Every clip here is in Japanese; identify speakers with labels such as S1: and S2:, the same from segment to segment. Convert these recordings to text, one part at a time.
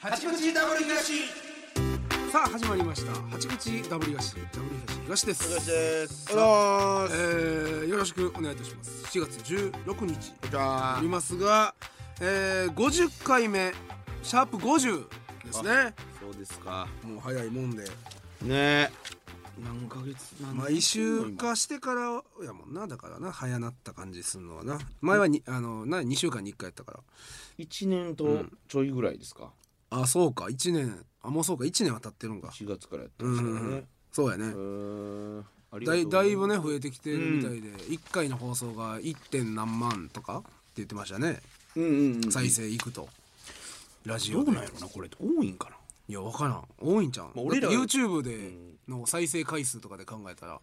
S1: 八口ダブル東
S2: さあ始まりました八口ダブル東ダブル東東で
S1: 東
S2: す、
S1: です
S3: おはようございま
S2: え
S3: す。
S2: ー、よろしくお願いいたします7月16日
S3: じゃ
S2: あ
S3: あ
S2: り、ますが、えー、50回目シャープ50ですね
S3: そうですか。
S2: もう早いもんで
S3: ねえ。何ヶ月何
S2: 毎週化してからやもんなだからな早なった感じするのはな前はにあのな2週間に1回やったから
S3: 一年とちょいぐらいですか。
S2: あそうか1年あもうそうか1年は経ってるんか
S3: 4月からやって
S2: う
S3: ますからね。
S2: んそうやね、
S3: へーありがとう
S2: だい
S3: ご
S2: だ
S3: ざ
S2: い
S3: い
S2: ぶ
S3: ます
S2: ね増えてきてるみたいで、一1回の放送が 1. 点何万とかって言ってましたね、
S3: うんうんうん。
S2: 再生いくとラジ
S3: ど
S2: オ
S3: う
S2: で
S3: なんやろなこれって多いんかな。
S2: いや分からん多いんちゃうん、
S3: まあ俺ら
S2: だって YouTube での再生回数とかで考えたら、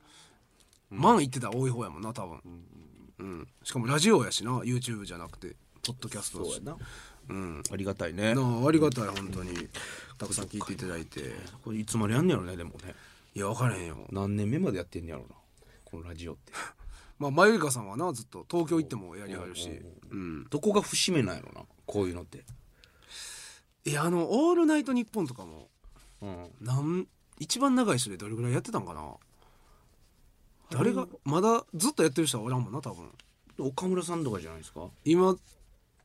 S2: 万いってたら多い方やもんな多分、うんしかもラジオやしな YouTube じゃなくてポッドキャストだし
S3: な。
S2: うん
S3: ありがたいね
S2: な。あありがたい本当にたくさん聞いていただいて
S3: これいつまでやんねやろねでもね。
S2: いや分からへんよ
S3: 何年目までやってんねやろな。このラジオ って。
S2: まあまゆりかさんはなずっと東京行ってもやりはるしうん
S3: どこが節目なんやろな。こういうのって。
S2: いやあの「オールナイトニッポン」とかも
S3: うん。
S2: なん一番長い人でどれぐらいやってたんかな誰がまだずっとやってる人はおらんもんな多分
S3: 岡村さんとかじゃないですか。
S2: 今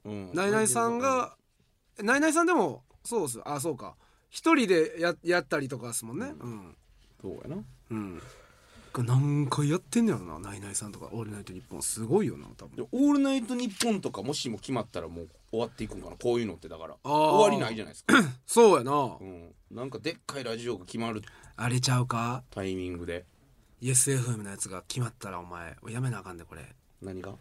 S3: うん
S2: ナイナイさんがナイナイさんでもそうっすあそうか一人でややったりとかですもんねうん
S3: そうやな。
S2: うん、何回やってんねやろなナイナイさんとか「オールナイトニッポン」すごいよな多
S3: で
S2: 分
S3: オールナイトニッポンとかもしも決まったらもう終わっていくんかなこういうのってだから
S2: あー
S3: 終わりないじゃないですか、
S2: そうやな
S3: うん、なんかでっかいラジオが決まる
S2: あれちゃうか
S3: タイミングで
S2: YesFM のやつが決まったらお前やめなあかんでこれ
S3: 何が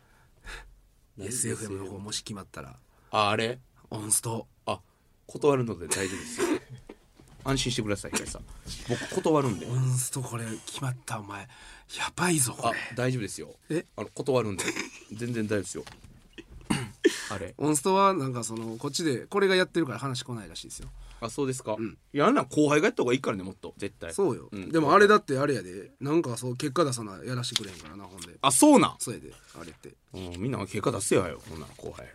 S2: YesFM の方もし決まったら
S3: ああれ
S2: オンスト
S3: あ断るので大丈夫ですよ 安心してください平井さん僕断るんで
S2: オンストこれ決まったお前やばいぞこ
S3: あ
S2: れ
S3: 大丈夫ですよ
S2: え
S3: あの断るんで全然大丈夫ですよ あれ
S2: オンストはなんかそのこっちでこれがやってるから話来ないらしいですよ
S3: あそうですか、いやあんなん後輩がやった方がいいからねもっと絶対
S2: そうよ、
S3: ん
S2: でもあれだってあれやでなんかそう結果出さなやらしてくれへんからなほんで
S3: あそうなん
S2: それであれって
S3: うん、みんな結果出せやよこんなの後輩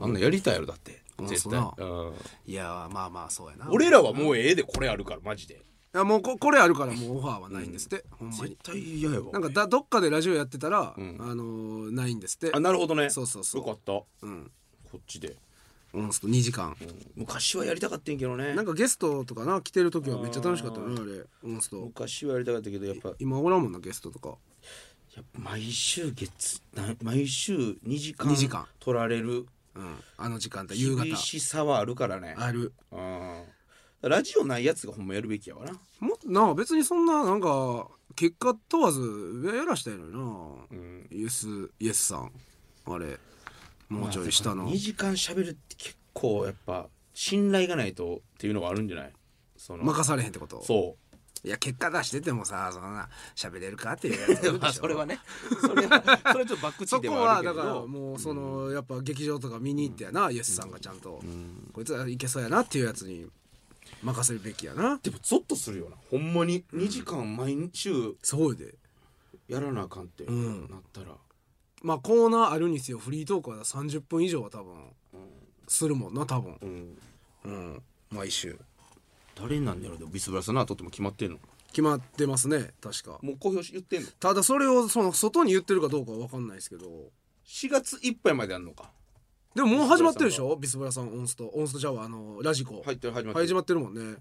S3: あんなんやりたいやろだって
S2: うん
S3: 絶対、
S2: そう
S3: うん
S2: いやまあまあそうやな
S3: 俺らはもうええでこれあるからマジで
S2: いやもうここれあるからもうオファーはないんですって、ほんまに
S3: 対嫌やわ
S2: なんかだどっかでラジオやってたら、
S3: ん
S2: あのーないんですって
S3: あなるほどね
S2: そうそうそう
S3: よかったこ
S2: うん
S3: っちで、
S2: オンスト2時間、
S3: うん昔はやりたかったんやけどね
S2: なんかゲストとかな来てる時はめっちゃ楽しかったなあれオンスト
S3: 昔はやりたかったけどやっぱや
S2: 今おらんもんなゲストとか
S3: っぱ毎週月な毎週2時間
S2: 二時間
S3: 取られる
S2: うんあの時間帯夕方
S3: 厳しさはあるからね
S2: ある
S3: うんラジオないやつがほんまやるべきやわな
S2: もっとな別にそんななんか結果問わずやらしたいのにな、
S3: ん
S2: イエスイエスさんあれもうちょい下の、
S3: 2時間しゃべるって結構やっぱ信頼がないとっていうのはあるんじゃないその
S2: 任されへんってこと
S3: そ
S2: いや結果出しててもさそんな喋れるかっていうや ついうるでしょ
S3: それはねそれはそれちょっとバックチ
S2: そ
S3: で
S2: こ
S3: はあ
S2: は
S3: るけ
S2: だ
S3: れ
S2: から
S3: ど
S2: もうそのやっぱ劇場とか見に行ってやな、イエスさんがちゃんと、こいつはいけそうやなっていうやつに任せるべきやな
S3: でもゾッとするよなほんまに2時間毎週
S2: そうで
S3: やらなあかんって
S2: ん
S3: なったら、
S2: まあコーナーあるにせよフリートークは30分以上は多分するもんな多分
S3: うん
S2: うん毎週
S3: 誰になんねやろでもビスブラさんの後っても決まってんの
S2: 決まってますね確か
S3: もう公表し言ってんの
S2: ただそれをその外に言ってるかどうかは分かんないですけど
S3: 4月いっぱいまでやんのか
S2: でももう始まってるでしょビスブラさんオンストオンストじゃああのラジコ
S3: 入ってる始まってる
S2: 始まってるもんね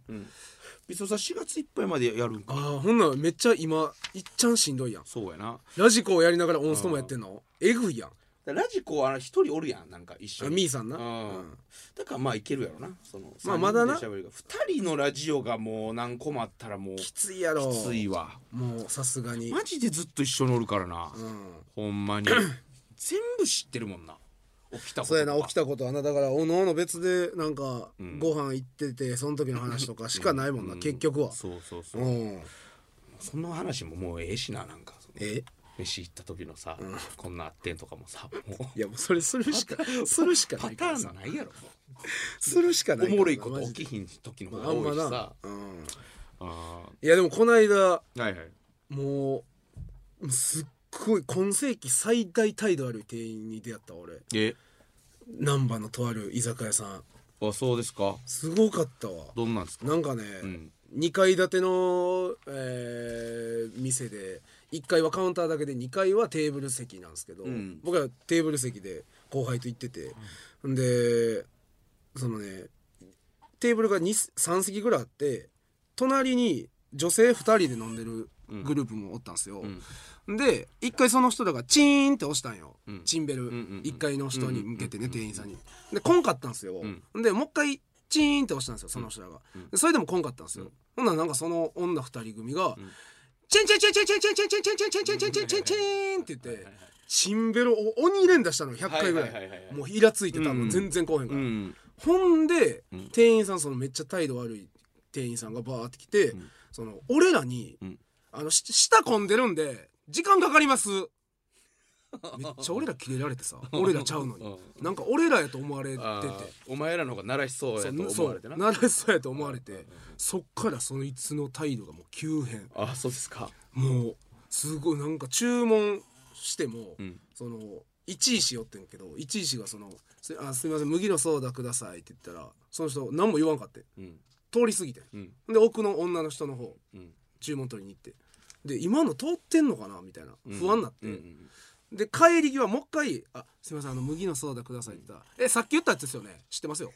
S3: ビスブラさん4月いっぱいまでやるんか
S2: ああほんならめっちゃ今いっちゃんしんどいやん
S3: そうやな
S2: ラジコをやりながらオンストもやってんのえぐいやん
S3: だからラジコはあの一人おるやんなんか一緒
S2: あ
S3: に
S2: みーさんな、
S3: うん
S2: うん
S3: だからまあいけるやろなその
S2: まあまだな
S3: 三人で喋るが2人のラジオがもう何個もあったらもう
S2: きついやろ
S3: ついわ
S2: もうさすがに、
S3: マジでずっと一緒におるからな、
S2: うん、
S3: ほんまに 全部知ってるもんな起きたこと
S2: そうやな起き
S3: た
S2: たことはなだからおのおの別でなんかご飯行っててその時の話とかしかないもんな、結局は
S3: そうそうそうう、
S2: ん
S3: その話ももうええしななんかその
S2: え
S3: 飯行った時のさ、こんなあってんとかもさもう
S2: いやもうそれするしかするしか
S3: パ
S2: ない
S3: タ
S2: から
S3: ー
S2: さ
S3: ンないやろ
S2: するしかない
S3: お
S2: からな
S3: もろいこと
S2: マジ
S3: 起
S2: で
S3: きひん時の方
S2: まあ
S3: が
S2: あん
S3: 多
S2: ま
S3: いし
S2: な
S3: さ、
S2: うん、
S3: あ
S2: いやでもこの間
S3: ーはいはい
S2: もうすっごい今世紀最大態度ある店員に出会った俺
S3: え
S2: 難波のとある居酒屋さん
S3: あそうですか
S2: すごかったわ
S3: どんなんですか
S2: なんかね、
S3: ん
S2: 2階建ての、えー店で1階はカウンターだけで2階はテーブル席なんですけど、
S3: ん
S2: 僕はテーブル席で後輩と行ってて、ん、でそのねテーブルが3席ぐらいあって隣に女性2人で飲んでるグループもおったんですよ、で1回その人らがチーンって押したんよ、
S3: ん
S2: チンベル、
S3: んうんうん
S2: 1階の人に向けてね、店員さんにでこんかったんですよ、でもう一回チーンって押したんですよその人らが、でそれでもこんかったんですよ、ほんならなんかその女2人組が、チンチンチンチンチンチンチンチンチンチンチンチンチンチンチンって言ってチンベルを鬼連打したのよ100回ぐらい,、
S3: はいはいはいはいはい
S2: もうイラついてたもう全然こうへんか
S3: う
S2: ら、
S3: ん
S2: ほんで、店員さんそのめっちゃ態度悪い店員さんがバーって来て、その俺らに、
S3: ん
S2: あのし舌混んでるんで時間かかり ますめっちゃ俺らキレられてさ俺らちゃうのになんか俺らやと思われてて
S3: あーお前らの方が鳴らしそうやと思われてな
S2: そうなれそうやと思われてそっからそのいつの態度がもう急変
S3: あそうですか
S2: もうすごいなんか注文しても、
S3: ん
S2: その一石よってんけど一石がその「すあすみません麦のソーダください」って言ったらその人何も言わんかって
S3: うん
S2: 通り過ぎてん、
S3: うん
S2: で奥の女の人の方
S3: うん
S2: 注文取りに行ってで今の通ってんのかなみたいな不安になっ
S3: う
S2: て、
S3: んうん
S2: で帰り際もう一回「あすみませんあの麦のソーダください」って言ったら「えさっき言ったやつですよね知ってますよ」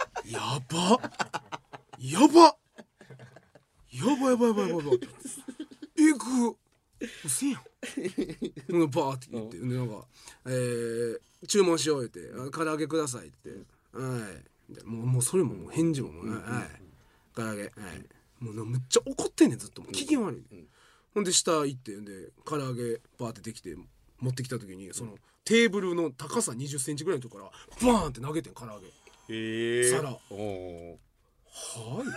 S2: やばやばやばやばやばやばやばえぐうせ やんほんでバーって言ってでなんか、えー「注文しよう」言ってあ「唐揚げください」って「はい」みたいなもうもうそれももう返事ももう「はい」唐揚げ、はい、もうなむっちゃ怒ってんねんずっともう機嫌悪い、ほんで下行ってで唐揚げバーってできて持ってきた時にそのテーブルの高さ2 0ンチぐらいのとこからバーンって投げてん唐揚げ
S3: へえ
S2: 皿
S3: おお
S2: はい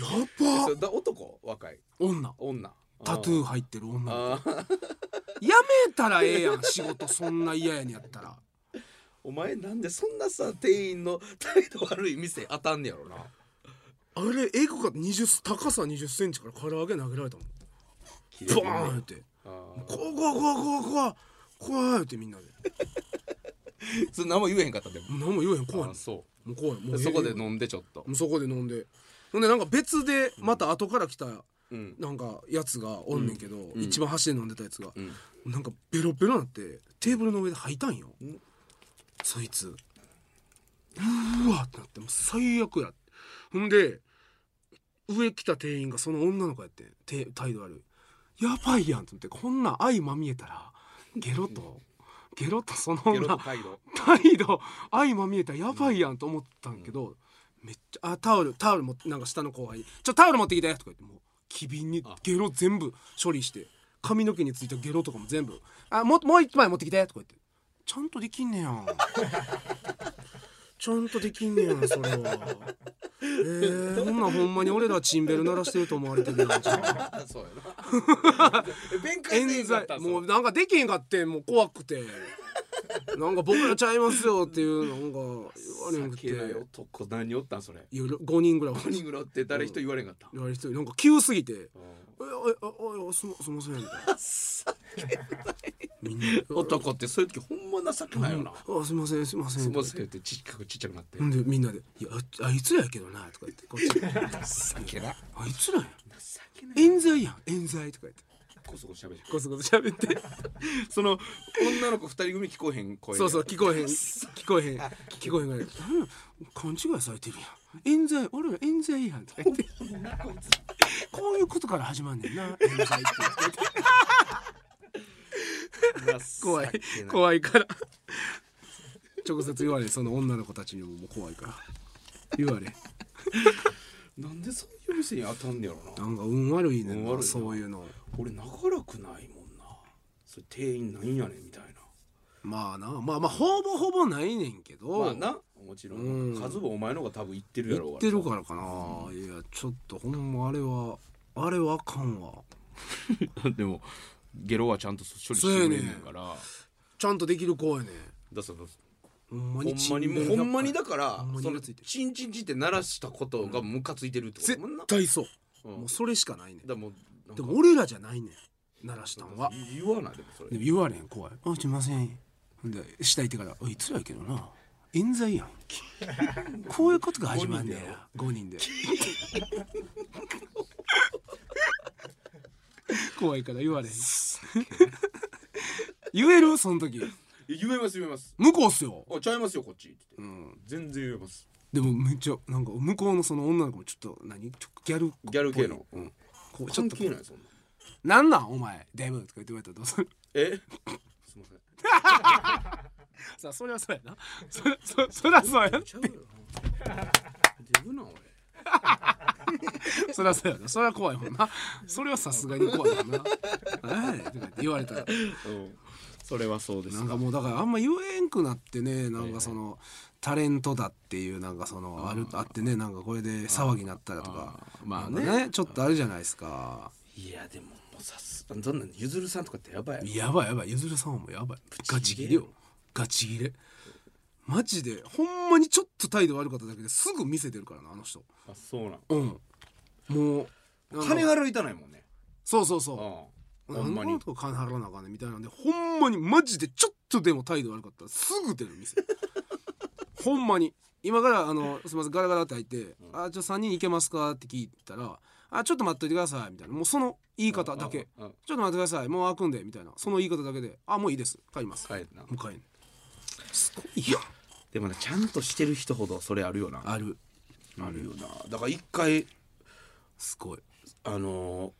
S2: やばっ
S3: だ男若い
S2: 女
S3: 女
S2: タトゥー入ってる女の
S3: あー
S2: 子やめたらええやん仕事そんな嫌やねんやったら
S3: お前なんでそんなさ店員の態度悪い店当たんねやろな
S2: あれエグかった20高さ2 0ンチから唐揚げ投げられたもんボーンって
S3: あ
S2: 「怖い怖い怖い怖い怖い怖い」ってみんなで
S3: ーそれ何も言えへんかったでも
S2: 何も言えへん怖い
S3: あ
S2: もん
S3: そ
S2: もう怖いも
S3: う
S2: う
S3: そこで
S2: ええ
S3: 飲んでちょっと
S2: もうそこで飲んでほんでなんか別でまた後から来た
S3: うん
S2: なんかやつがおんねんけど、一番端で飲んでたやつが、
S3: ん
S2: なんかベロベロなってテーブルの上で吐いたんよ、
S3: ん
S2: そいつうわってなってもう最悪やほんで上来た店員がその女の子やってんて態度悪いやばいやんって思ってこんなん相まみえたらゲロとゲロとその
S3: ゲロ
S2: 女
S3: と態 度
S2: 態度相まみえたらやばいやんと思ったんけど、めっちゃあタオルタオルもなんか下の後輩に「ちょタオル持ってきて」とか言ってもう機敏にゲロ全部処理して髪の毛についたゲロとかも全部「あももう一枚持ってきて」とか言って「ちゃんとできんねやん」ちゃんとできんねやんそれは。えー、ほんなんほんまに俺らチンベル鳴らしてると思われてるやんじゃあ
S3: あそうや な弁解せ
S2: 冤
S3: えへんかった
S2: 罪
S3: ん
S2: もう
S3: そ
S2: なんかできへんかってんもう怖く てなんか僕らちゃいますよっていうなんか言われ
S3: れ
S2: なくて
S3: 酒ない男何おったんそれ
S2: いや5人ぐらい
S3: 何人ぐらいおって誰一人言われへんかった
S2: 言われてなんか急すぎて「えおいおいおいすすいません」みたいなみ んな「
S3: 男ってそういう時ほんま情けないよな
S2: あすいませんすいません」
S3: すんませんってちっちゃくちっちゃくなって
S2: ほんでみんなで「いやああいつらやけどな」とか言ってこっちで
S3: 酒な
S2: あいつらやん
S3: 酒な
S2: 冤罪やん冤罪」とか言って
S3: こそこそ喋る
S2: こそこそ喋ってその
S3: 女の子二人組聞こえへん声
S2: そうそう聞こえへん聞こえ へん聞こえへんぐらいなんや勘違いされてるやん冤罪俺ら冤罪やんとか言ってこういうことから始まんねん な冤罪って怖い怖いから直接言われその女の子たちにももう怖いから言われ
S3: いなんでそういう店に当たんねやろ
S2: な
S3: なん
S2: か運悪いねん
S3: 運
S2: な
S3: 悪いな
S2: そういうの
S3: 俺長らくないもんなそれ店員なんやねんみたいな
S2: まあなまあまあほぼほぼないねんけど、
S3: まあなもちろん
S2: うん
S3: 数もお前の方が多分行ってるやろう
S2: 言ってるからかな、いやちょっとほんまあれはあれはあかんわ
S3: らでもゲロはちゃんと処理してくれんねんからだか
S2: ちゃんとできる子やねん
S3: らその
S2: ほんま
S3: ほん
S2: に
S3: まにもうほんまにだから
S2: んまに
S3: そ
S2: ム
S3: の
S2: カついてる
S3: チンチンチンって鳴らしたことがムカついてるってことやもんな
S2: 絶対そ
S3: う
S2: う、
S3: ん
S2: もうそれしかないねん
S3: だからもうなん
S2: で
S3: か
S2: も俺らじゃないねん鳴らしたんは
S3: 言わないでもそれ
S2: でも言われへん怖い「あすいません」ほんで下行ってから「あいつらやけどな冤罪やん こういうことが始まんねや5人で 怖いから言われへん言えるその時
S3: 言えます言えます
S2: 向こうっすよ、
S3: あちゃいますよこっちって
S2: うん、
S3: 全然言えます
S2: でもめっちゃなんか向こうのその女の子もちょっと何ちょギャル
S3: ギャル系の、うん、
S2: こうちょ
S3: 関
S2: っと
S3: 係ないそんな
S2: 「なんなんお前デブ」とか言って言われたらどうする
S3: えすいません
S2: さあそりゃそうやなそそそりゃそうやな
S3: ちゃうよ自分なん俺
S2: そりゃそうやなそれは怖いもんなそれはさすがに怖いもんな「何やねん」とか言って言われたら
S3: それはそうで
S2: なんかもうだからあんま言えんくなってねなんかそのタレントだっていうなんかそのあるあってねなんかこれで騒ぎになったらとか
S3: あーまあ
S2: なんかちょっとあるじゃないですか
S3: いやでももうさすそんなんゆずるさんとかってやばいやろ
S2: やばいやばいゆずるさんはもうやばいガチ
S3: 切れ
S2: ギレよガチギレマジでほんまにちょっと態度悪かっただけですぐ見せてるからなあの人
S3: あそうなん
S2: うんもうなんか
S3: 金払いたないもんね
S2: そうそうそう
S3: うんほ
S2: なん
S3: ん
S2: で
S3: ま
S2: この
S3: に
S2: とこ金払わなあかんねんみたいなんでほんまにマジでちょっとでも態度悪かったらすぐ出 る店ほんまに今からあのすみませんガラガラって入って「あちょ3人行けますか?」って聞いたら「あちょっと待っといてください」みたいなもうその言い方だけ
S3: うんうんうん
S2: 「ちょっと待ってくださいもう開くんで」みたいなその言い方だけで「あもういいです帰ります」
S3: 帰るな
S2: もう帰んすごいよ
S3: でもねちゃんとしてる人ほどそれあるよな
S2: ある
S3: あるよなだから一回
S2: すごい
S3: あのー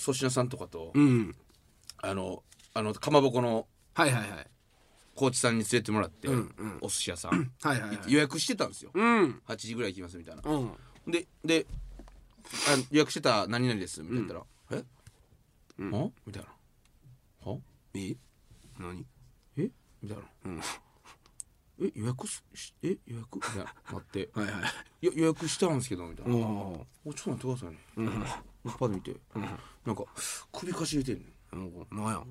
S3: 粗品さんとかと、
S2: うん
S3: あのあのかまぼこの
S2: はいはいはい
S3: 高知さんに連れてもらって、
S2: うんうん
S3: お寿司屋さん、
S2: はいはいはい
S3: 予約してたんですよ、
S2: うん
S3: 8時ぐらい行きますみたいな
S2: うん
S3: でであの予約してた何々ですみたいな言ったら、え、はみたいなは
S2: え何
S3: えみたいな、え予約ししえ予約みたいな待って
S2: はいはい
S3: いや予約したんですけどみたいな、
S2: おお
S3: おちょっと待ってくださいね、うん、パッと見て、なんか首かしげてる
S2: なんや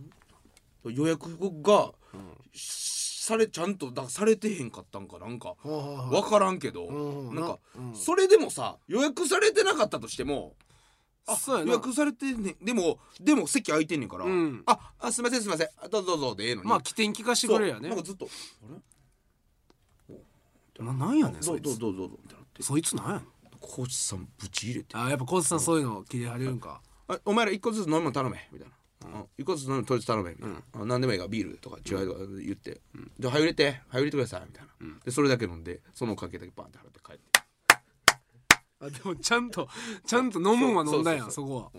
S3: 予約が、しされちゃんとだからされてへんかったんかなんか
S2: あはあはあ
S3: 分からんけど、
S2: うん
S3: なんか、
S2: なうん
S3: それでもさ予約されてなかったとしてもあ
S2: そうや
S3: 予
S2: な
S3: 約されてんねんでもでも席空いてんねんから、
S2: うん
S3: ああすいませんすいませんあどうぞどうぞでええのに
S2: まあ起点聞かして
S3: そう
S2: くれやね
S3: なんかずっとあ
S2: ななんやね
S3: れ
S2: ん
S3: ど
S2: そうい
S3: どう
S2: つ
S3: どうどうどうみたいなって
S2: そいつなんやねん
S3: コーチさんぶち入れて
S2: あやっぱ小津さんそういうの切れはれるんか
S3: あお前ら一個ずつ飲み物頼めみたいな。あ一個ずつ飲み物とりあえず頼めみたいな、あ何でもいいからビールとか違うとか言って、じゃあ入れて入れてくださいみたいな、でそれだけ飲んでそのおかけだけバンって払って帰って
S2: あでもちゃんとちゃんと飲むんは飲んだやん
S3: そ
S2: そこ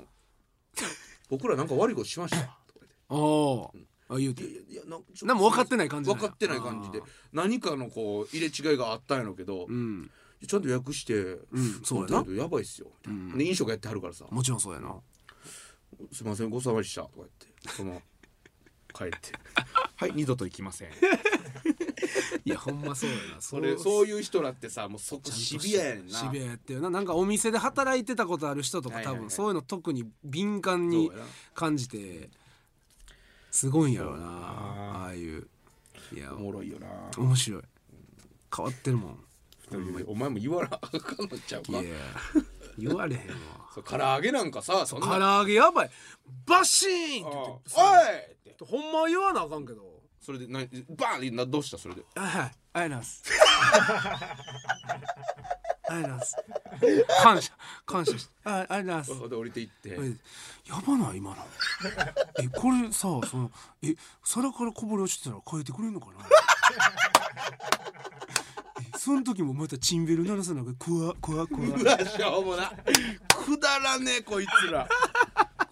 S3: 僕らなんか悪いことしましたとか
S2: はおおあ言うて
S3: 言っていやいやなん
S2: なんも分かってない感じなん
S3: 分
S2: や
S3: かってない感じで何かのこう入れ違いがあったんやろうけど、
S2: うん
S3: ちゃんと予約して、
S2: んそうやな
S3: 態度やばいっすよみたいな、で飲食やってはるからさ
S2: もちろんそう やな
S3: すいませんご騒がせしたとか言ってその 帰っ てはい二度と行きません
S2: いやほんまそうやなそ
S3: それそういう人らってさもうそこシビアやねんな
S2: シビアやってるななんかお店で働いてたことある人とか
S3: はいは
S2: 多
S3: いはい
S2: 分そういうの特に敏感に
S3: そうやな
S2: 感じてすごいんやろうなああいういや
S3: おもろいよな
S2: 面白い変わってるもん
S3: お前も言わなあかんのちゃう
S2: い
S3: か
S2: や言われへんわ
S3: そう唐揚げなんかさそん
S2: 唐
S3: な
S2: 揚げやばいバシーン
S3: あ
S2: って言って
S3: おいって
S2: ほんまは言わなあかんけど
S3: それでなバーンってなどうしたそれで
S2: はいはいありがとうございますありがとうございます感謝感謝してあありがとうございます
S3: で降りていって
S2: えやばない今のえこれさそのえ皿からこぼれ落ちてたら変えてくれんのかな えその時もまたチンベル鳴らさなくて怖怖怖
S3: うわしょうもなくだらねえこいつら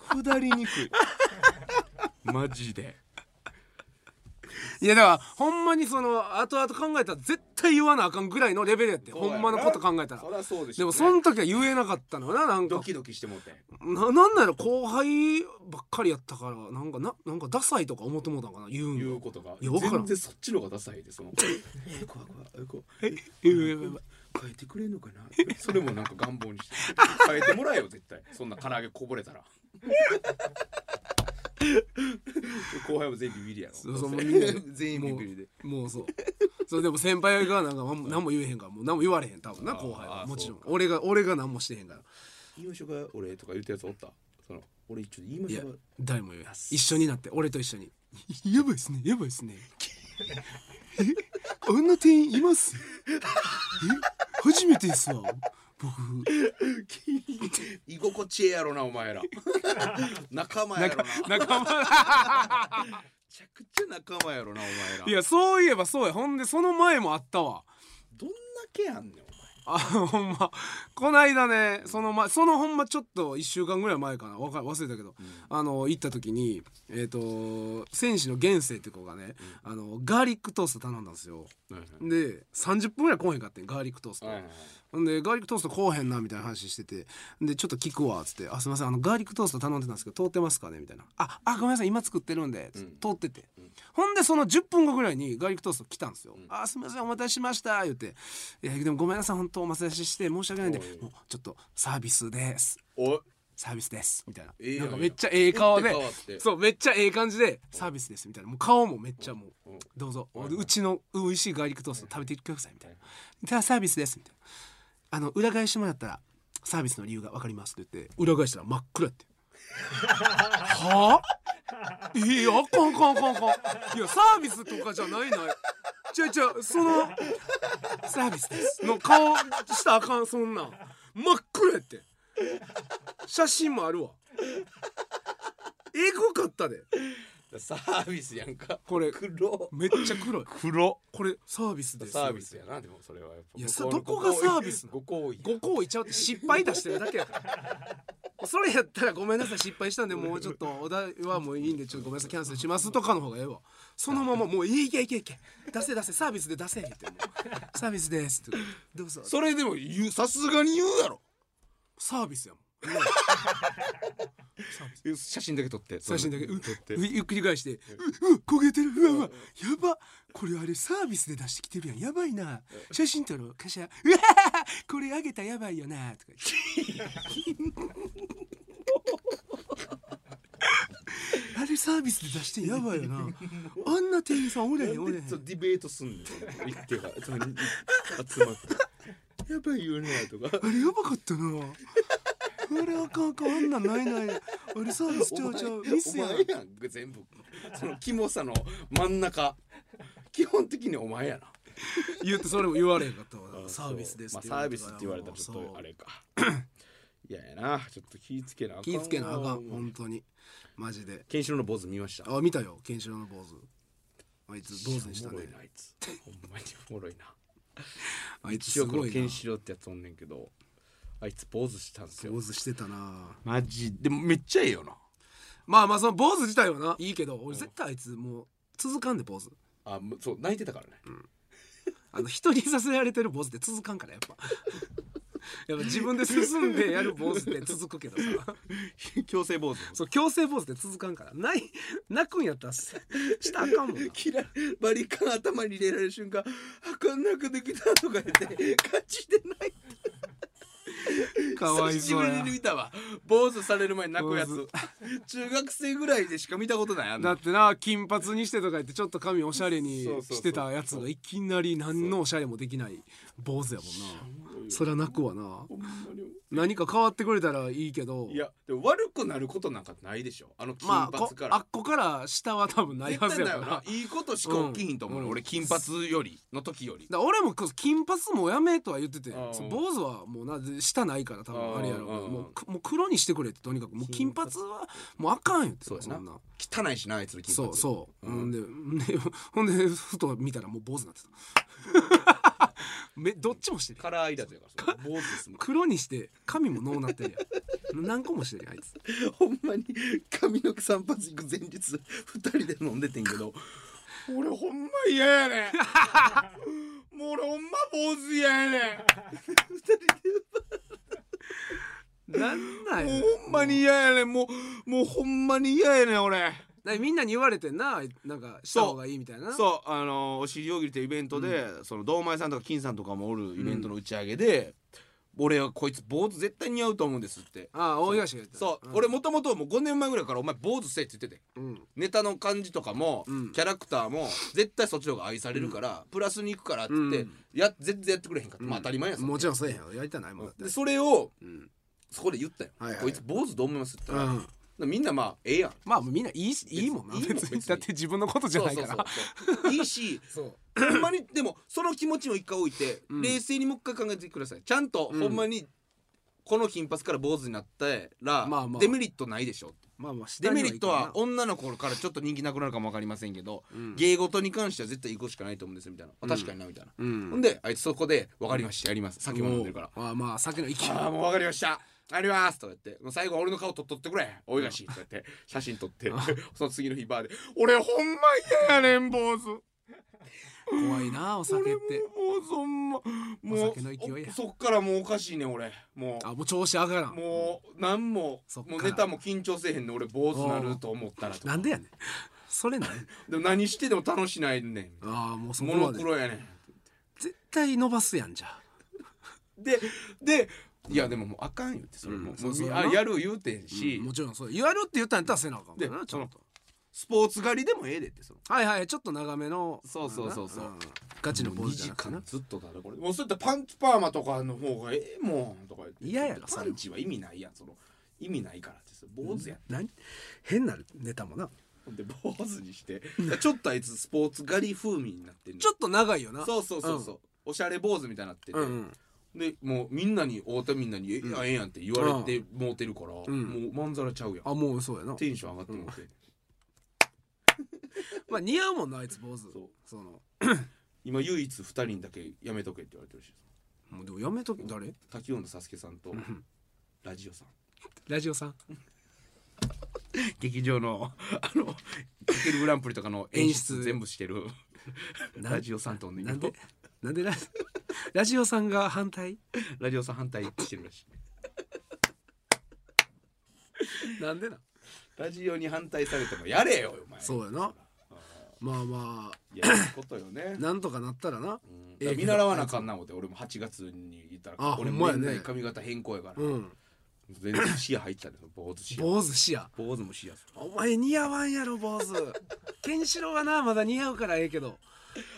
S3: くだりにくいマジで
S2: いやだからほんまにその後々考えたら絶対言わなあかんぐらいのレベルやって
S3: そうや
S2: ほ
S3: なん
S2: まのこと考えたら
S3: そりゃそうでしょ
S2: でもその時は言えなかったのよななんか
S3: ドキドキしてもうて
S2: ななんなんやろ後輩ばっかりやったからなんかななんかダサいとか思ってもうたんかな言うん
S3: いう
S2: が
S3: ことが
S2: いやわからん
S3: 全然そっちの方がダサいでそのえ怖い怖い怖い
S2: ええやばいやばい
S3: 変えてくれんのかなそれもなんか願望にして変えてもらえよ絶対そんな唐揚げこぼれたら後輩も全員ビビリやろ
S2: そうそうもうみんなで
S3: 全員ビビリで
S2: もうそうそうでも先輩がなんか何も何も言えへんからもう何も言われへん多分な
S3: あー
S2: 後輩
S3: あ
S2: は
S3: ー
S2: もちろん
S3: そう
S2: 俺が俺が何もしてへんから
S3: 「言いましょうか俺」とか言ったやつおったその俺一応言いま
S2: い
S3: し
S2: や
S3: ょうか
S2: 誰も言えへん一緒になって俺と一緒に「やばいっすねやばいっすねあんな店員いますえ初めてですわ僕
S3: 居心地ええやろなお前ら仲間やろなめ
S2: 仲間
S3: ちゃくちゃ仲間やろなお前ら
S2: いやそういえばそうやほんでその前もあったわ
S3: どんだけやんねんお
S2: あほんまこないだねその前そのほんまちょっと1週間ぐらい前かなわか忘れたけど、あの行った時にえっ、と戦士の現世って子がね、あのガーリックトースト頼んだんですよ
S3: 前
S2: で30分ぐらい来おへんかってんガーリックトースト、
S3: はいはいはい
S2: ほんでガーリックトースト来おへんなみたいな話しててでちょっと聞くわっつって「あすいませんあのガーリックトースト頼んでたんですけど通ってますかね?」みたいな「ああごめんなさい今作ってるんで」つって通ってて、ほんでその10分後ぐらいにガーリックトースト来たんですよ「あすいませんお待たせしました」言って「いやでもごめんなさい本当お待たせして申し訳ないんでもうちょっとサービスです」
S3: おい
S2: サービスですみたいな,、
S3: ええやん
S2: なんかめっちゃええ顔で
S3: 打って変わって
S2: そうめっちゃええ感じでサービスですみたいなもう顔もめっちゃもう、どうぞ、うちの美味しいガーリックトースト食べてくださいみたいな、ではサービスですみたいなあの裏返してもらったらサービスの理由がわかりますって言って裏返したら真っ暗やってはあいやあかんあかんあかんあかんいやサービスとかじゃないないじゃじゃそのサービスですの顔したらあかんそんなん真っ暗やって写真もあるわえぐかったで
S3: サービスやんか
S2: これ
S3: 黒
S2: めっちゃ黒い
S3: 黒
S2: これサービスです
S3: サービスやなでもそれはやっぱ
S2: いや
S3: 向
S2: さ
S3: こうの
S2: どこがサービスな
S3: ご好意ご好意
S2: ご好意ちゃうって失敗出してるだけやからそれやったらごめんなさい失敗したんでもうちょっとお題はもういいんでちょっとごめんなさいキャンセルしますとかの方がええわそのままもういいけいけいけ出せ出せサービスで出せってもうサービスですってどうぞ
S3: それでも言うさすがに言うやろ
S2: サービスやもん
S3: 写真だけ撮って
S2: 最新だけう
S3: 撮って
S2: うゆっくり返してうう焦げてるうわうわやばこれあれサービスで出してきてるやんやばいな写真撮ろうかしらうわこれあげたらやばいよな とか言ってあれサービスで出してんやばい よなあんな店員さんおれへんおれへん
S3: そうディベートすんねん言ってがその集まってやばいよねとか
S2: あれやばかったなあれあかんあかんあんなんないないあれサービスちゃうちゃうミスやん
S3: お前やん全部そのキモさの真ん中基本的にお前やな
S2: 言ってそれも言われへんかったわサービスです
S3: まあ、サービスって言われたらちょっとあれか いややなちょっと気ぃつけなあかん
S2: 気ぃつけなあかん本当にマジで
S3: ケンシロウの坊主見ました
S2: あ見たよケンシロウの坊主あいつ坊主にした
S3: おもろ
S2: ね
S3: いなあいつほんまにおもろいな
S2: あいつ
S3: 一
S2: す
S3: 応こ
S2: ご
S3: の
S2: い
S3: ケ
S2: な
S3: ンシロウってやつおんねんけどあいつ坊主したんですよ
S2: 坊主してたな
S3: マジでもめっちゃええよな
S2: まあまあその坊主自体はないいけど俺絶対あいつもう続かんで坊主
S3: あむそう泣いてたからね、
S2: あ の人にさせられてる坊主って続かんからやっ ぱやっぱ自分で進んでやる坊主って続くけどさ
S3: 強制坊主
S2: そう強制坊主って続かんからない泣くんやったらすしたらあかんもんな
S3: 嫌いバリカン頭に入れられる瞬間あかんなくできたとか言って 勝ちでない
S2: かわい
S3: 久し
S2: そ
S3: ぶ
S2: う
S3: り
S2: や
S3: に見たわ坊主される前に泣くやつ中学生ぐらいでしか見たことないあん
S2: だ
S3: な
S2: ってな金髪にしてとか言ってちょっと髪おしゃれに
S3: そうそうそう
S2: してたやつがいきなり何のおしゃれもできない坊主やもんなそりゃ泣くわな
S3: ほんまに
S2: 何か変わってくれたらいいけど
S3: いやでも悪くなることなんかないでしょあの金
S2: まあ
S3: 髪
S2: こ
S3: から、
S2: あっこから下は多分ないは
S3: 絶
S2: ず
S3: 対
S2: や
S3: だ
S2: か
S3: よ
S2: ら
S3: な
S2: だか
S3: いいことしか起きひんと思う、
S2: うん
S3: 俺金髪よりの時より
S2: ら俺もこそ金髪もやめとは言ってて
S3: うん
S2: そう坊主はもうなで下ないから多分あれやろうけど
S3: うん
S2: もうくもう黒にしてくれってとにかくもう金髪はもうあかんよって
S3: そうやなん
S2: な
S3: 汚いしなあいつの金
S2: そ
S3: 髪
S2: うそう、ほんでねほんでふと見たらもう坊主になってた めどっちもしてる
S3: カラーいだつやからそれ坊主ですもん
S2: 黒にして髪もノーなってるやん何個もしてるやんあいつ
S3: ほんまに髪の毛散髪行く前日二人で飲んでてんけど 俺ほんま嫌やねんもう俺ほんま坊主嫌やねん
S2: なんなんや
S3: もうほんまに嫌やねんもうもうほんまに嫌やねん俺
S2: なんかみんなに言われてんななんかした方がいいみたいなう
S3: そうあのお尻よぎりってイベントで、その堂前さんとか金さんとかもおるイベントの打ち上げで、俺はこいつ坊主絶対似合うと思うんですって
S2: ああ大東が言ってた
S3: そう、
S2: ん
S3: 俺もともともう5年前ぐらいからお前坊主せえって言ってて
S2: うん
S3: ネタの感じとかも、
S2: うん
S3: キャラクターも絶対そっちの方が愛されるから、プラスに行くからって言って、
S2: うん
S3: や全然やってくれへんかった、まあ当たり前やん
S2: もちろんそうやんやりたないもんだって
S3: でそれを
S2: うん
S3: そこで言ったよ、
S2: はいはい
S3: こいつ坊主どう思いますって言ったら、
S2: うん
S3: らみんなまあええやん
S2: まあみんないいしいいもんない
S3: いもん
S2: 別に
S3: 別に
S2: だって自分のことじゃないから
S3: そうそう そういいし
S2: そう
S3: ほんまにでもその気持ちも一回置いて、
S2: うん
S3: 冷静にもう一回考えてくださいちゃんと
S2: うん
S3: ほんまにこの金髪から坊主になったら、
S2: まあまあ
S3: デメリットないでしょ
S2: まあまあ下
S3: デ
S2: に
S3: メ
S2: はい
S3: リ
S2: かん
S3: ッ
S2: な
S3: トは女の子からちょっと人気なくなるかも分かりませんけど、
S2: うん
S3: 芸事に関しては絶対行くしかないと思うんですよみたいな、あ確かになみたいな、
S2: うん
S3: ほんであいつそこで「分かりましたやります酒も飲んでるから
S2: おうあまあ酒の勢い
S3: ああもう分かりましたありますとか言ってもう最後は俺の顔と撮ってくれおいがしとか言って写真撮って その次の日バーで「俺ほんま嫌やねん坊主
S2: 怖いなお酒って
S3: もうそんまも
S2: お
S3: う
S2: 酒の勢いや
S3: そっからもうおかしいねん俺も
S2: あもう調子上がら
S3: うんもう何も
S2: そっから
S3: もうネタも緊張せえへんねん俺坊主なると思ったらとか
S2: なんでやねんそれない
S3: でも何してでも楽しないねん
S2: ああもうそこ
S3: モノ
S2: まで
S3: クロやねん
S2: 絶対伸ばすやんじゃあ
S3: ででいやでももうあかん言ってそれも,、
S2: うん
S3: もう
S2: そうそう
S3: あ
S2: な
S3: やる言うてんし、
S2: うんもちろんそう言われるって言ったんやったらせなあかんから
S3: で
S2: なちゃんと
S3: スポーツ狩りでもええでってその
S2: はいはいちょっと長めの
S3: そうそうそうそうん
S2: ガチのポー
S3: 2
S2: ズ
S3: 時
S2: じゃなくてな
S3: 間ずっとだろこれもうそういったパンチパーマとかの方がええもんとか言って
S2: 嫌やろそ
S3: パ
S2: れ
S3: ンチは意味ないやんその意味ないからってその坊主やん
S2: 何変なネタもな
S3: で坊主にしてちょっとあいつスポーツ狩り風味になってんの
S2: ちょっと長いよな
S3: そうそうそうそう、おしゃれ坊主みたいになってて、
S2: うんうん
S3: でもうみんなに太田みんなに「ええやんええやん」って言われてもうてるから、
S2: ん
S3: もうまんざらちゃうやん
S2: あもうそうやな
S3: テンション上がってもうて、
S2: まあ似合うもんなあいつ坊主
S3: そう
S2: その
S3: 今唯一2人だけやめとけって言われてるし
S2: もうでもやめとき誰
S3: 滝音のサスケさんとラジオさん
S2: ラジオさん
S3: 劇場のあのかけるグランプリとかの演出
S2: 演出
S3: 全部 してる
S2: な
S3: ラジオさんとね
S2: なんでなんでラ ラジオさんが反対
S3: ラジオさん反対してるらしい
S2: なんでな
S3: ラジオに反対されてもやれよお前
S2: そうやなまあま
S3: いやいいことよね
S2: あ なんとかなったらな
S3: うん
S2: ええ
S3: だから見習わなあかんな思って俺も8月に行ったら
S2: あ
S3: 俺
S2: ほん
S3: も
S2: まやね
S3: 年内髪型変更やから
S2: うん
S3: 全然視野入ったの坊主視野
S2: 坊主しや
S3: 坊主も視野
S2: お前似合わんやろ坊 主ケンシロウはなまだ似合うからええけど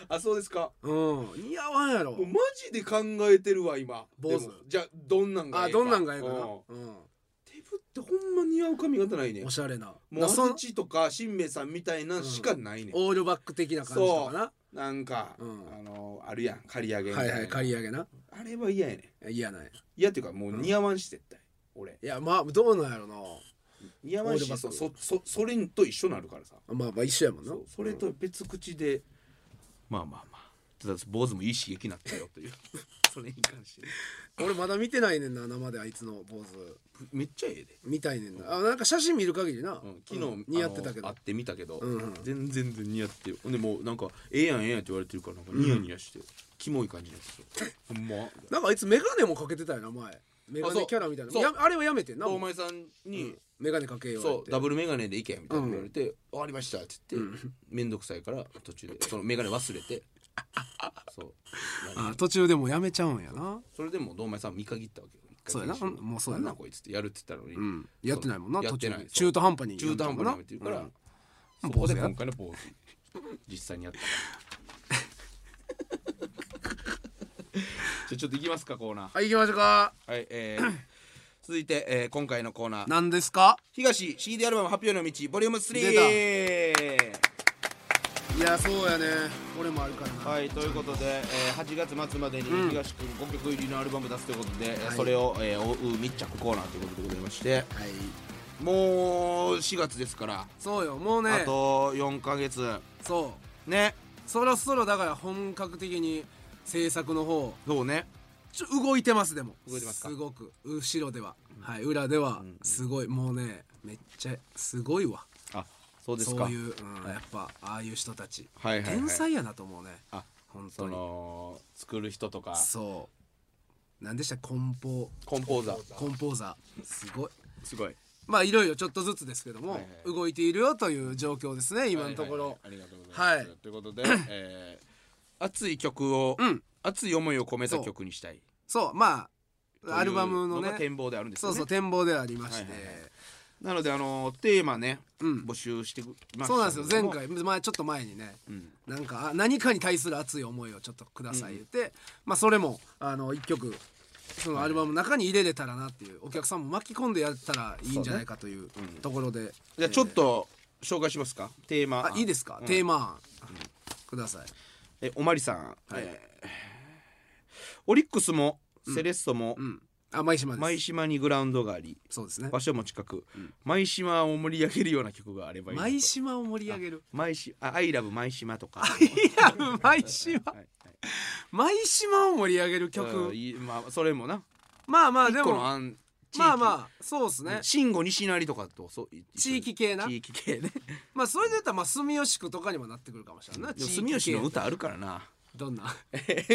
S3: あそうですか
S2: うん似合わんやろ
S3: もうマジで考えてるわ今
S2: 坊主
S3: でもじゃあどんなんが
S2: あ
S3: ええか
S2: どんなんがええかな
S3: うん
S2: うん
S3: 手ぶってほんま似合う髪型ないね
S2: おしゃれな
S3: もう
S2: なそ
S3: 安
S2: ん
S3: 土とか新明さんみたいなんしかないねん、
S2: オールバック的な感じとかな
S3: なんか、
S2: うん
S3: あのあるやん刈り上げみた
S2: はいい
S3: な、
S2: はい刈り上げな
S3: あれは嫌やねん
S2: 嫌ない
S3: 嫌っていうかもう似合わんし絶対、俺
S2: いやまあどうなんやろな
S3: 似合わん
S2: 俺
S3: し
S2: ばっか
S3: そそそそれと一緒になるからさ
S2: まあまあ一緒やもんな
S3: そうそれと別口で、まあまあまあただ坊主もいい刺激になったよという それに関して
S2: 俺まだ見てないねんな生であいつの坊主
S3: めっちゃええで、
S2: 見たいねんなあなんか写真見る限りな、
S3: うん、昨日、
S2: うん似合ってたけ
S3: あ
S2: ど
S3: の会ってみたけど、
S2: うんうん
S3: 全然全然似合ってるほんでもうなん かええやんええやんって言われてるからなんかニヤニヤして、キモい感じなんですよ ほんま
S2: なんかあいつ眼鏡もかけてたよな前眼
S3: あそう
S2: 鏡キャラみたいな
S3: そう
S2: やあれはやめてんな
S3: お前さんに、
S2: 眼鏡かけよ
S3: そうダ
S2: ブ
S3: ブルメガネでいけみたいな言われて「終わりました」って言って面倒くさいから途中でそのメガネ忘れ てそう
S2: あ途中でもやめちゃうんやな
S3: それでも堂前さん見限ったわけよ一
S2: そう
S3: 回
S2: やな
S3: 禁止
S2: うんもうそうやなん
S3: なんこいつってやるって言ったのに、
S2: んやってないもんな
S3: そうや
S2: 途
S3: って
S2: 中
S3: ない
S2: で
S3: そう
S2: 中途半端に
S3: 中途半端にやめてるから、そこで今回の坊主実際にやったからじゃあちょっといきますかコーナー
S2: はい行きましょうか
S3: はいえ ー続いて、えー今回のコーナー
S2: 何ですか
S3: 東 CD アルバム発表の道ボリューム3
S2: 出いやそうやねこれもあるからな、
S3: はいということで、えー8月末までに
S2: うん
S3: 東君5曲入りのアルバム出すということで、えー
S2: はい
S3: それを、えー追う密着コーナーということでございまして
S2: はい、
S3: もう4月ですから、
S2: そうよもうね
S3: あと4ヶ月
S2: そう
S3: ね
S2: そろそろだから本格的に制作の方
S3: そうね
S2: ちょ動いてますでも
S3: 動いてますか
S2: ごく後ろでは、はい裏では
S3: ん
S2: すごい、もうねめっちゃすごいわ
S3: あそうです
S2: そ
S3: か
S2: ういう、うんやっぱああいう人たち、
S3: はいはいはい
S2: 天才やなと思うね
S3: あ
S2: 本当
S3: そ
S2: に
S3: の作る人とか
S2: そうなんでしたコンポ
S3: コンポーザー
S2: コンポーザーすごい
S3: すごい
S2: まあいろいろちょっとずつですけども、
S3: はいはい
S2: 動いているよという状況ですね今のところ、
S3: はいはいはいありがとうございます、
S2: はい
S3: ということで、えー熱い曲を、
S2: うん
S3: 熱い思いを込めた曲にしたい
S2: そうまあアルバム
S3: と
S2: の
S3: いうが
S2: ね
S3: 展望であるんです
S2: そ
S3: よ
S2: う
S3: ね
S2: そう展望でありまして、
S3: はいはいはいなのであのテーマね、
S2: うん
S3: 募集してくま
S2: そうなんですよ前
S3: 回
S2: 回前ちょっと前にね、
S3: ん
S2: なんかあ何かに対する熱い思いをちょっとください言って、まあそれもあの一曲そのアルバムの中に入れれたらなっていうお客さんも巻き込んでやったらいいんじゃないかというところで、
S3: じゃあちょっと紹介しますかテーマ
S2: あいいですか、テーマ案、ください
S3: えおまりさん、えーオリックスもセレッソも、
S2: うんあ舞島です
S3: 舞島にグラウンドがあり
S2: そうですね
S3: 場所も近く、舞島を盛り上げるような曲があればいいなと
S2: 舞島を盛り上げる
S3: 舞島あアイラブ舞島とか
S2: いや舞島
S3: はいはい
S2: 舞島を盛り上げる
S3: うん
S2: 曲
S3: いいまあそれもな
S2: まあまあで
S3: 一個の
S2: も
S3: 案
S2: まあまあそうですね
S3: あ慎吾西成とかとそうい
S2: 地域系な
S3: 地域系ね
S2: まあそれで言ったらまあ住吉区とかにもなってくるかもしれないな
S3: でも
S2: 地域系
S3: 住吉の歌あるから な
S2: どんな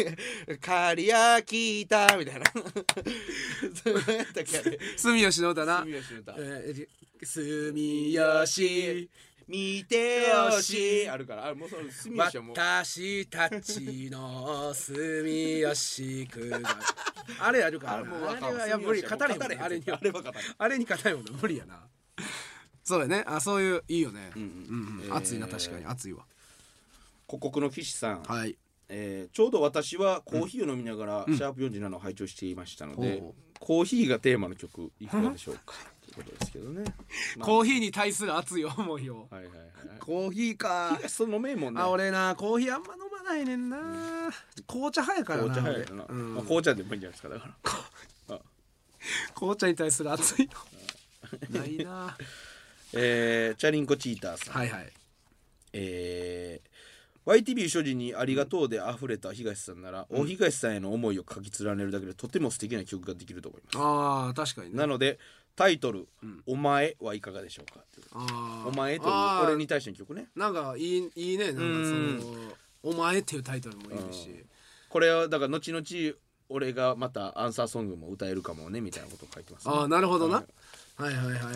S3: 「カリア聞いた」みたい なそう何やったっけあれ
S2: 住吉の歌な
S3: 住吉の歌
S2: えー住吉
S3: 見てよしあるからあもうその住吉はもう
S2: 私たちの住吉区があれやるからなあれはやっぱ無理語れへんもんあれには
S3: あれは語れへん
S2: あれに語れへんもんな無理やなそうやねあそういういいよね
S3: ん
S2: うんうん熱いな確かに熱いわ
S3: 古国の岸さん、
S2: はい
S3: えーちょうど私はコーヒーを飲みながら、シャープ47を拝聴していましたので、
S2: ほ
S3: コーヒーがテーマの曲いかがでしょうかということですけどね、まあ
S2: コーヒーに対する熱い思い
S3: は
S2: を
S3: いはいはい
S2: コーヒーか
S3: 東飲めんもんね
S2: あ俺なコーヒーあんま飲まないねんな紅茶早いからな
S3: 紅茶早いからな、
S2: 俺うん
S3: まあ、紅茶でもいいんじゃないですかだから
S2: 紅茶に対する熱いの ないな
S3: えーチャリンコチーターさん、
S2: はいはい
S3: えー YTV 所持にありがとうで溢れた東さんなら、大東さんへの思いを書き連ねるだけでとても素敵な曲ができると思います
S2: あー確かにね
S3: なのでタイトル、お前はいかがでしょうか
S2: あー
S3: お前という
S2: あー
S3: 俺に対しての曲ね
S2: なんかいいいいねなんかそ
S3: うん
S2: の「お前」っていうタイトルもいいし
S3: これはだから後々俺がまたアンサーソングも歌えるかもねみたいなことを書いてます、ね、
S2: ああなるほどなはいはいはいはい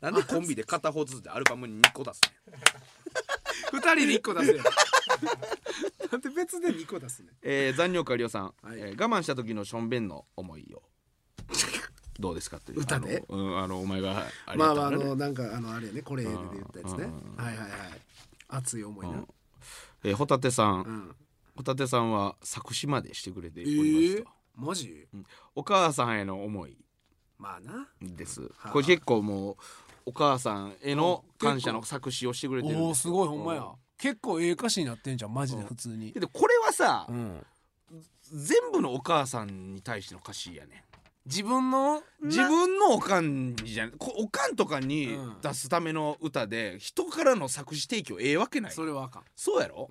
S3: なんでコンビで片方ずつでアルバムに2個出すねん
S2: 二人で一個出せよ なんで別で二個出すね
S3: えー残尿かりおさん、
S2: はい
S3: えー我慢した時のしょんべんの思 いをどうですかっていう
S2: 歌で
S3: あの,、うん、あのお前があり
S2: ま
S3: がとう
S2: あまああ
S3: ね
S2: のなんかあのあれやねこれで言ったやつね
S3: うん
S2: はいはいはい熱い思いな
S3: うんえーホタテさん、
S2: うん
S3: ホタテさんは作詞までしてくれてお
S2: え
S3: ります
S2: ー
S3: と、
S2: マジ
S3: うんお母さんへの思い
S2: まあな
S3: です。
S2: はあ
S3: これ結構もうお母さんへの感謝の作詞をしてくれてるんですよ
S2: おおすごいほんまや結構ええ歌詞になってんじゃんマジで普通に
S3: けどこれはさ、
S2: うん
S3: 全部のお母さんに対しての歌詞やね
S2: 自分の
S3: ん。自分のおかんじゃんこおかんとかに
S2: うん
S3: 出すための歌で人からの作詞提供ええわけない
S2: それはあかん
S3: そうやろ、
S2: ん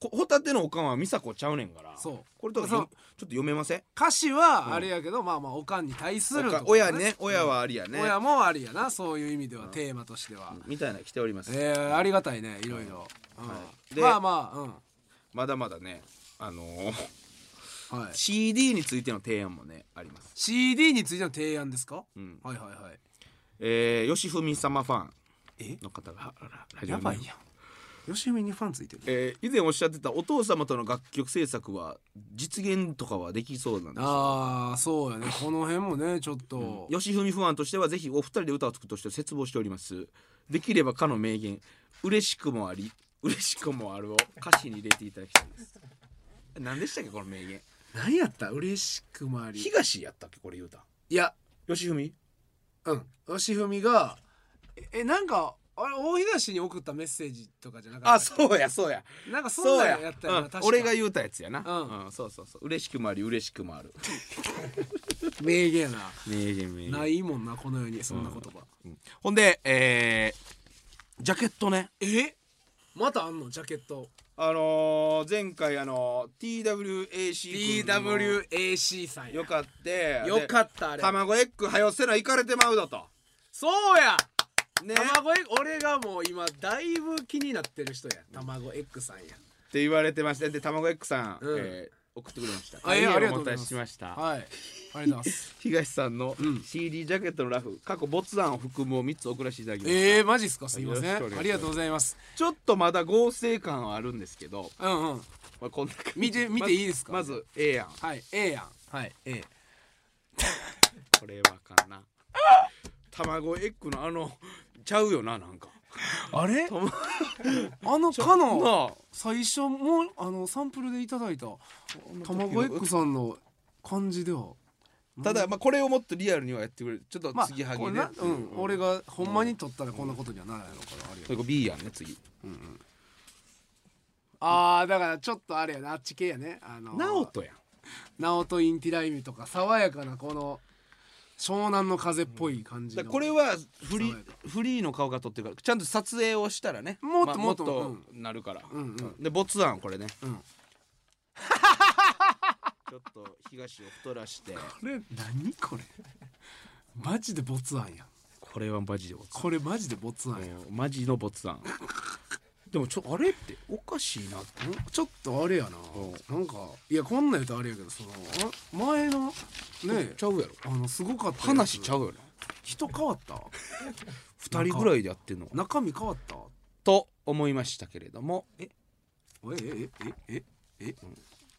S3: こホタテのおかんは美佐子ちゃうねんから
S2: そう
S3: これとか
S2: そう
S3: よちょっと読めません
S2: 歌詞はあれやけど、まあまあおかんに対する
S3: お
S2: と
S3: か
S2: か
S3: 親ね親はありや
S2: うん
S3: ね、
S2: 親もありやなそういう意味では、テーマとしては、
S3: みたいなの来ております、
S2: えーありがたいねいろいろ、うん
S3: いで
S2: まあまあうん
S3: まだまだねあのー、
S2: はい、
S3: CD についての提案もねあります
S2: CD についての提案ですか、
S3: ん
S2: はいはいはい
S3: えー、吉文様ファン
S2: え
S3: の方がらラジオ
S2: や
S3: ネーム
S2: ばいやん吉見にファンついてる
S3: えー以前おっしゃってたお父様との楽曲制作は実現とかはできそうなんです
S2: ああそうやねこの辺もねちょっと、
S3: 吉文ファンとしてはぜひお二人で歌を作るとして絶望しておりますできればかの名言嬉しくもあり嬉しくもあるを歌詞に入れていただきたいです何でしたっけこの名言
S2: 何やった嬉しくもあり
S3: 東やったっけこれ言うた
S2: いや
S3: 吉文
S2: うん吉文がええなんかあれ大東に送ったメッセージとかじゃなか
S3: あ
S2: った
S3: そうやそうや
S2: うなんかそん
S3: そう
S2: な
S3: や
S2: んやったよな、
S3: うん
S2: 確か
S3: 俺が言うたやつやな、
S2: うん
S3: うんそうそうそう嬉しくもあり嬉しくもある
S2: 名言やな
S3: 名言名言
S2: ないもんなこの世にそんな言葉、
S3: ほんで、えージャケットね。
S2: えまたあんのジャケット
S3: あのー前回あのー TWAC 君の
S2: TWAC さんや
S3: よかって
S2: よかったあ
S3: で
S2: れ
S3: 卵エッグはよせないかれてまうだと
S2: そうや
S3: ねっ
S2: 卵エッグ俺がもう今だいぶ気になってる人や卵エッグさんや
S3: て言われてましたで卵エッグさん、
S2: うん
S3: えー送ってくれました
S2: あいやありがとう
S3: お待
S2: ござ
S3: た
S2: います
S3: せしました、
S2: はいありが とうございます
S3: 東さんの CD ジャケットのラフ、過去ボツ案を含むを3つ送らせていただきました、
S2: えー、マジっすかすいませ
S3: よ
S2: ん
S3: ろしくお願いします
S2: ありがとうございます
S3: ちょっとまだ合成感はあるんですけど、
S2: うんうん
S3: まあ、こんな感じ
S2: 見て見ていいですか
S3: まずまず A 案
S2: はい A やんはい A
S3: これはかな卵エッグのあのちゃうよななんか
S2: あれ
S3: ま
S2: あのかの
S3: なあ
S2: 最初もあのサンプルでいただいた卵エッグさんの感じでは
S3: ただまあこれをもっとリアルにはやってくれるちょっと
S2: まあ、
S3: 次は
S2: こ
S3: ぎ
S2: れ
S3: ね
S2: なうん、俺がほんまに取ったらこんなことにはならないのからあれや
S3: それこれ B やんね次
S2: あーだからちょっとあれやなあっち系やねあの
S3: 直人やん
S2: 直人インティライミとか爽やかなこの湘南の風っぽい感じ
S3: だ
S2: の、
S3: からこれはフリ
S2: 爽や
S3: ーフリーの顔が撮ってるからちゃんと撮影をしたらね
S2: もっと
S3: まあ
S2: もっと
S3: なるから、
S2: うんうん
S3: でボツ案これね、
S2: うん
S3: ちょっと東を太らして
S2: これ何これマジでボツ案やん
S3: これはマジでボツ
S2: これマジでボツ案やん、
S3: もうマジのボツ案でもちょあれっておかしいなって
S2: ちょっとあれやな
S3: う
S2: なんかいやこんなん言うとあれやけどそのあ前のねえ
S3: ちゃうやろ
S2: あのすごかったやつ
S3: 話ちゃうよな
S2: 人変わった
S3: 2人ぐらいでやってんのかな
S2: 中身変わった
S3: と思いましたけれどもえ
S2: ええええええ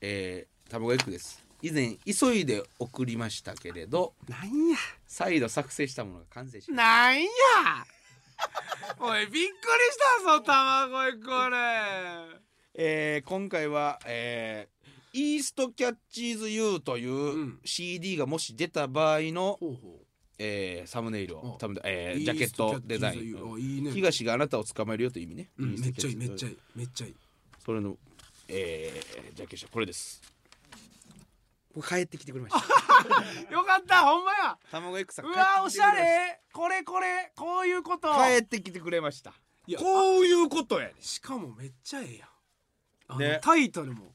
S3: えー、卵エッグです以前急いで送りましたけれど
S2: なんや
S3: 再度作成したものが完成しました
S2: なんや おいびっくりしたぞ卵いこれ
S3: えー今回は、えーイーストキャッチーズ U」というん CD がもし出た場合の、
S2: ほうほ
S3: えーサムネイルを
S2: あ
S3: サムネえ
S2: う
S3: ージャケットデザイン、
S2: あいいね
S3: 東があなたを捕まえるよという意味ね、
S2: うん
S3: イー
S2: め
S3: ス
S2: っ
S3: トキ
S2: ちゃ
S3: ャッ
S2: い
S3: チ
S2: い
S3: ーズ
S2: めっちゃいいめっちゃいい
S3: それの、えージャケットこれですもう帰ってきてくれました
S2: よかったほんまや
S3: 卵エクさん
S2: うわおしゃ
S3: 帰ってきてくれま
S2: れこれこれこういうこ
S3: し
S2: と
S3: た帰ってきてくれました
S2: いや
S3: こういうことやね
S2: しかもめっちゃええやんあの、
S3: ね
S2: タイトルも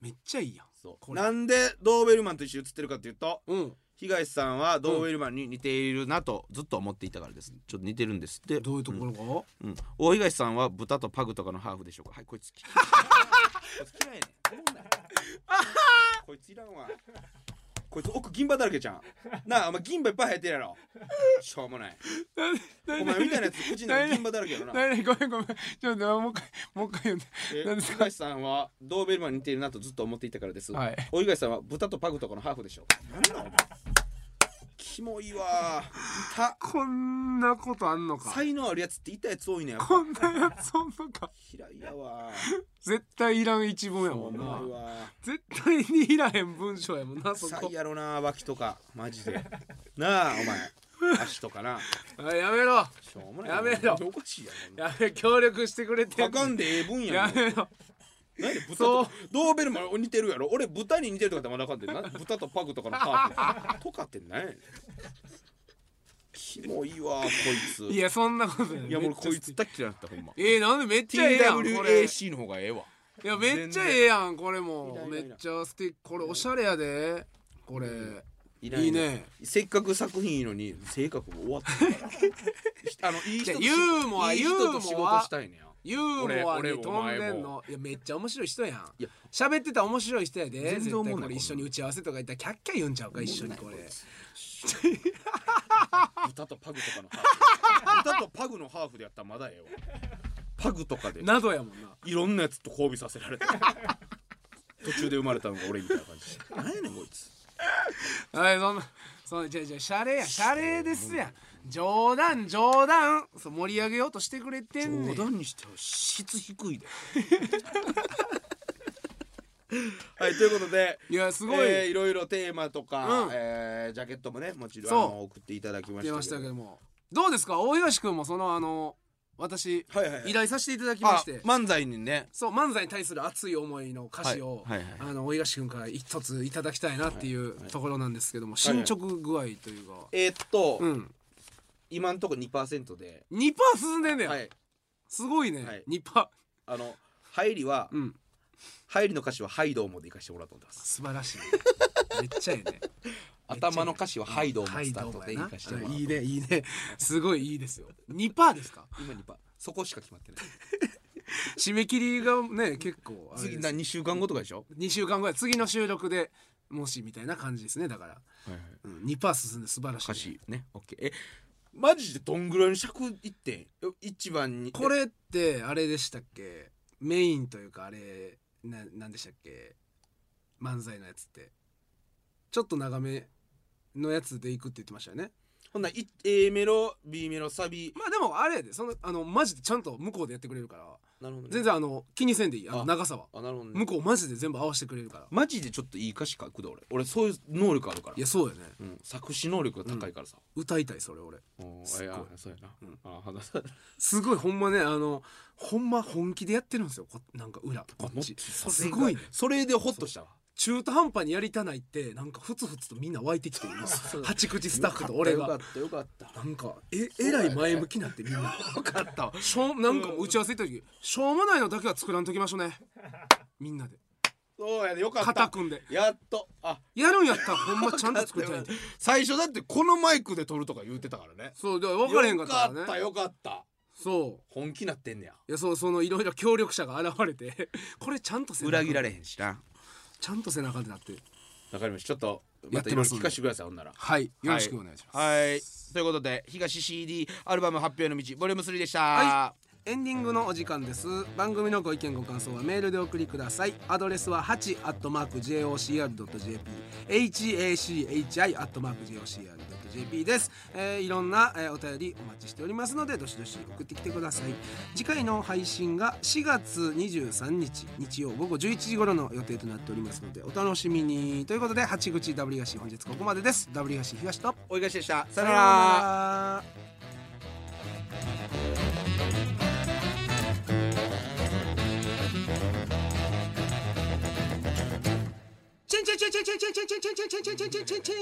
S2: めっちゃいいやん
S3: そう
S2: これ
S3: なんでドーベルマンと一緒に写ってるかというと
S2: うん
S3: 東さんはドーベルマンに似ているなとずっと思っていたからですちょっと似てるんですって
S2: どういうところが、
S3: うん、大東さんは豚とパグとかのハーフでしょうかはいこいつ嫌いこいつ嫌いねんおもんないこいついらんわこいつ奥銀歯だらけじゃんなあお前銀歯いっぱい生えてるやろしょうもないお前みたいなやつ口の中銀歯だらけやろな
S2: なにごめんごめんちょっともう一回もう一回読んで
S3: え
S2: 何ですか
S3: 東さんはドーベルマンに似ているなとずっと思っていたからです、
S2: はい
S3: 大東さんは豚とパグとかのハーフでしょうなんだお前キモいわいた
S2: こんなことあんのか
S3: 才能あるやつっていたやつ多いねやっぱ
S2: こんなやつおんのか
S3: 嫌いやわ
S2: 絶対いらん一文やも
S3: お
S2: ん
S3: も
S2: な
S3: ろいわ
S2: 絶対にいらへん文章やもんなそ
S3: 臭
S2: こ
S3: いやろな脇とかマジ でなあお前足とかな
S2: あやめろ
S3: しょうもない
S2: やめろ
S3: おかしいやろ
S2: やめ協力してくれて
S3: あかんでええ分や
S2: や
S3: ん
S2: めろ
S3: 何で豚
S2: そう
S3: とドーベルマン似てるやろ俺豚に似てるとかってまだあかん でな豚とパグとかのハーフとかって何やねんキモいわこいつ
S2: いやそんなことない
S3: いやもうこい
S2: めっ
S3: つ
S2: ち
S3: 大っ嫌いだったほんま
S2: ゃえー、なんでめっちゃええやんこれ
S3: TWAC の方がええわ
S2: いやめっちゃええやんこれも
S3: いらんい
S2: め
S3: らん
S2: っちゃ素敵これおしゃれやでこれ
S3: い
S2: いいね
S3: せっかく作品いいのに性格も終わってるから あのいい人とし
S2: いやユーモア
S3: いい人
S2: ユーモア
S3: と仕事したいねや
S2: ユーモア
S3: 俺俺
S2: に飛んでん
S3: お前
S2: のいやめっちゃ面白い人やん
S3: いや
S2: 喋ってたら面白い人やで
S3: 全然
S2: 絶
S3: 思
S2: 対
S3: わない
S2: これ一緒に打ち合わせとか行ったらキャッキャ言うんちゃうか一緒にこれ
S3: 豚とパグとかのハーフ豚とパグのハーフでやったらまだええわパグとかで
S2: などやもんない
S3: ろんなやつと交尾させら れた途中で生まれたのが俺みたいな感じ何やねんこいつ
S2: はい、そんな、そんな、じゃあじゃあ、シャレや、シャレですやん。冗談、冗談、そう、盛り上げようとしてくれてんね
S3: 冗
S2: ん。
S3: 談にしては質低 いではいということで
S2: いや、す
S3: す
S2: ご
S3: ご
S2: い、
S3: い、えーいろいろテーマとか、
S2: うん
S3: えージャケットもねもちろん
S2: そう
S3: あの送っていただきましたけ
S2: 出
S3: ど
S2: ましたけども。どうですか、大東君も、その、あの、私、
S3: はいはいはい
S2: 依頼させていただきま
S3: あ
S2: して。
S3: 漫才にね
S2: そう漫才に対する熱い思いの歌詞を、
S3: はいはいはい
S2: あの大東君から一ついただきたいなっていうところなんですけども、進捗具合というか、
S3: えーっと、
S2: うん
S3: 今んとこ2%で
S2: 2%進んでんねん、
S3: はい
S2: すごいね、
S3: はい
S2: 2%
S3: あの入りは、
S2: うん
S3: 入りの歌詞は「ハイドーモ」で行かしてもらおうと思ってます
S2: 素晴らし いめっちゃええね
S3: 頭の歌詞は「ハイドー
S2: は
S3: モ」
S2: い
S3: スタ
S2: どう
S3: ー
S2: も
S3: トで
S2: やな
S3: 行かしてもらおう
S2: いいねいいねすごいいいですよ2パーですか
S3: 今2パそこしか決まってない
S2: 締め切りがね結構あれ
S3: 次
S2: で
S3: な
S2: す
S3: 2週間後とかでしょ、
S2: 2週間後や次の収録でもしみたいな感じですねだから、うん、2パー進んで素晴らしい
S3: 歌詞ね OK えマジでどんぐらいの尺いってん一番に
S2: これってあれでしたっけメインというかあれななんでしたっけ漫才のやつってちょっと長めのやつでいくって言ってましたよね
S3: ほんならい A メロ B メロサビ
S2: まあでもあれやでそのあのマジでちゃんと向こうでやってくれるから
S3: なるほどね
S2: 全然あの気にせんでいいあの
S3: あ
S2: 長さは
S3: あなるほどね
S2: 向こうマジで全部合わせてくれるから
S3: マジでちょっといい歌詞書くで俺俺そういう能力あるから
S2: いやそうよね
S3: うん、作詞能力が高いからさ、
S2: 歌いたいそれ俺
S3: おー
S2: すっごい
S3: いやそうやな、
S2: うん
S3: あ話さ
S2: すごいほんまねあのほんま本気でやってるんですよこなんか裏こっちすごいね
S3: それでホッとしたわ
S2: 中途半端にやりたないってなんかふつふつとみんな湧いてきてるんです
S3: そう
S2: 八口スタッフと俺
S3: よかっ
S2: が
S3: たよかった
S2: なんかええらい前向きになってみんな
S3: よかったわ
S2: しょうなんかもう打ち合わせ行った時しょうもないのだけは作らんときましょうねみんなで
S3: そうやでよかっ
S2: 肩
S3: た
S2: 組んで
S3: やっとあ
S2: やるんやったらほんまちゃんと作りたいんで
S3: 最初だってこのマイクで撮るとか言うてたからね
S2: そうで分からへんかったか
S3: よか
S2: らね
S3: ったよかった
S2: そう
S3: 本気なってんねや
S2: いやそうそのいろいろ協力者が現れてこれちゃんと背中
S3: 裏切られへんしな
S2: ちゃんと背中でなって
S3: わかりましたちょっと
S2: や
S3: ま
S2: ったて
S3: いろ
S2: ま
S3: い
S2: す
S3: ろ
S2: んで
S3: 聞かせてくださいほんなら
S2: はいよろしくお願いします、
S3: はいということで東 CD アルバム発表の道ボリューム3でした、
S2: はエンディングのお時間です番組のご意見ご感想はメールでお送りくださいアドレスは 8-jocr.jphachi-jocr.jp アットマーク JOCR.jp です、えーいろんな、えーお便りお待ちしておりますのでどしどし送ってきてください次回の配信が4月23日日曜午後11時頃の予定となっておりますのでお楽しみにということで八口ダブリガシ本日ここまでですダブリガシ東と
S3: おいがしでしたさ
S2: さ
S3: よ
S2: よ
S3: な
S2: な
S3: ら
S2: らチンチンチンチンチンチンチンチンチンチンチンチンチンチン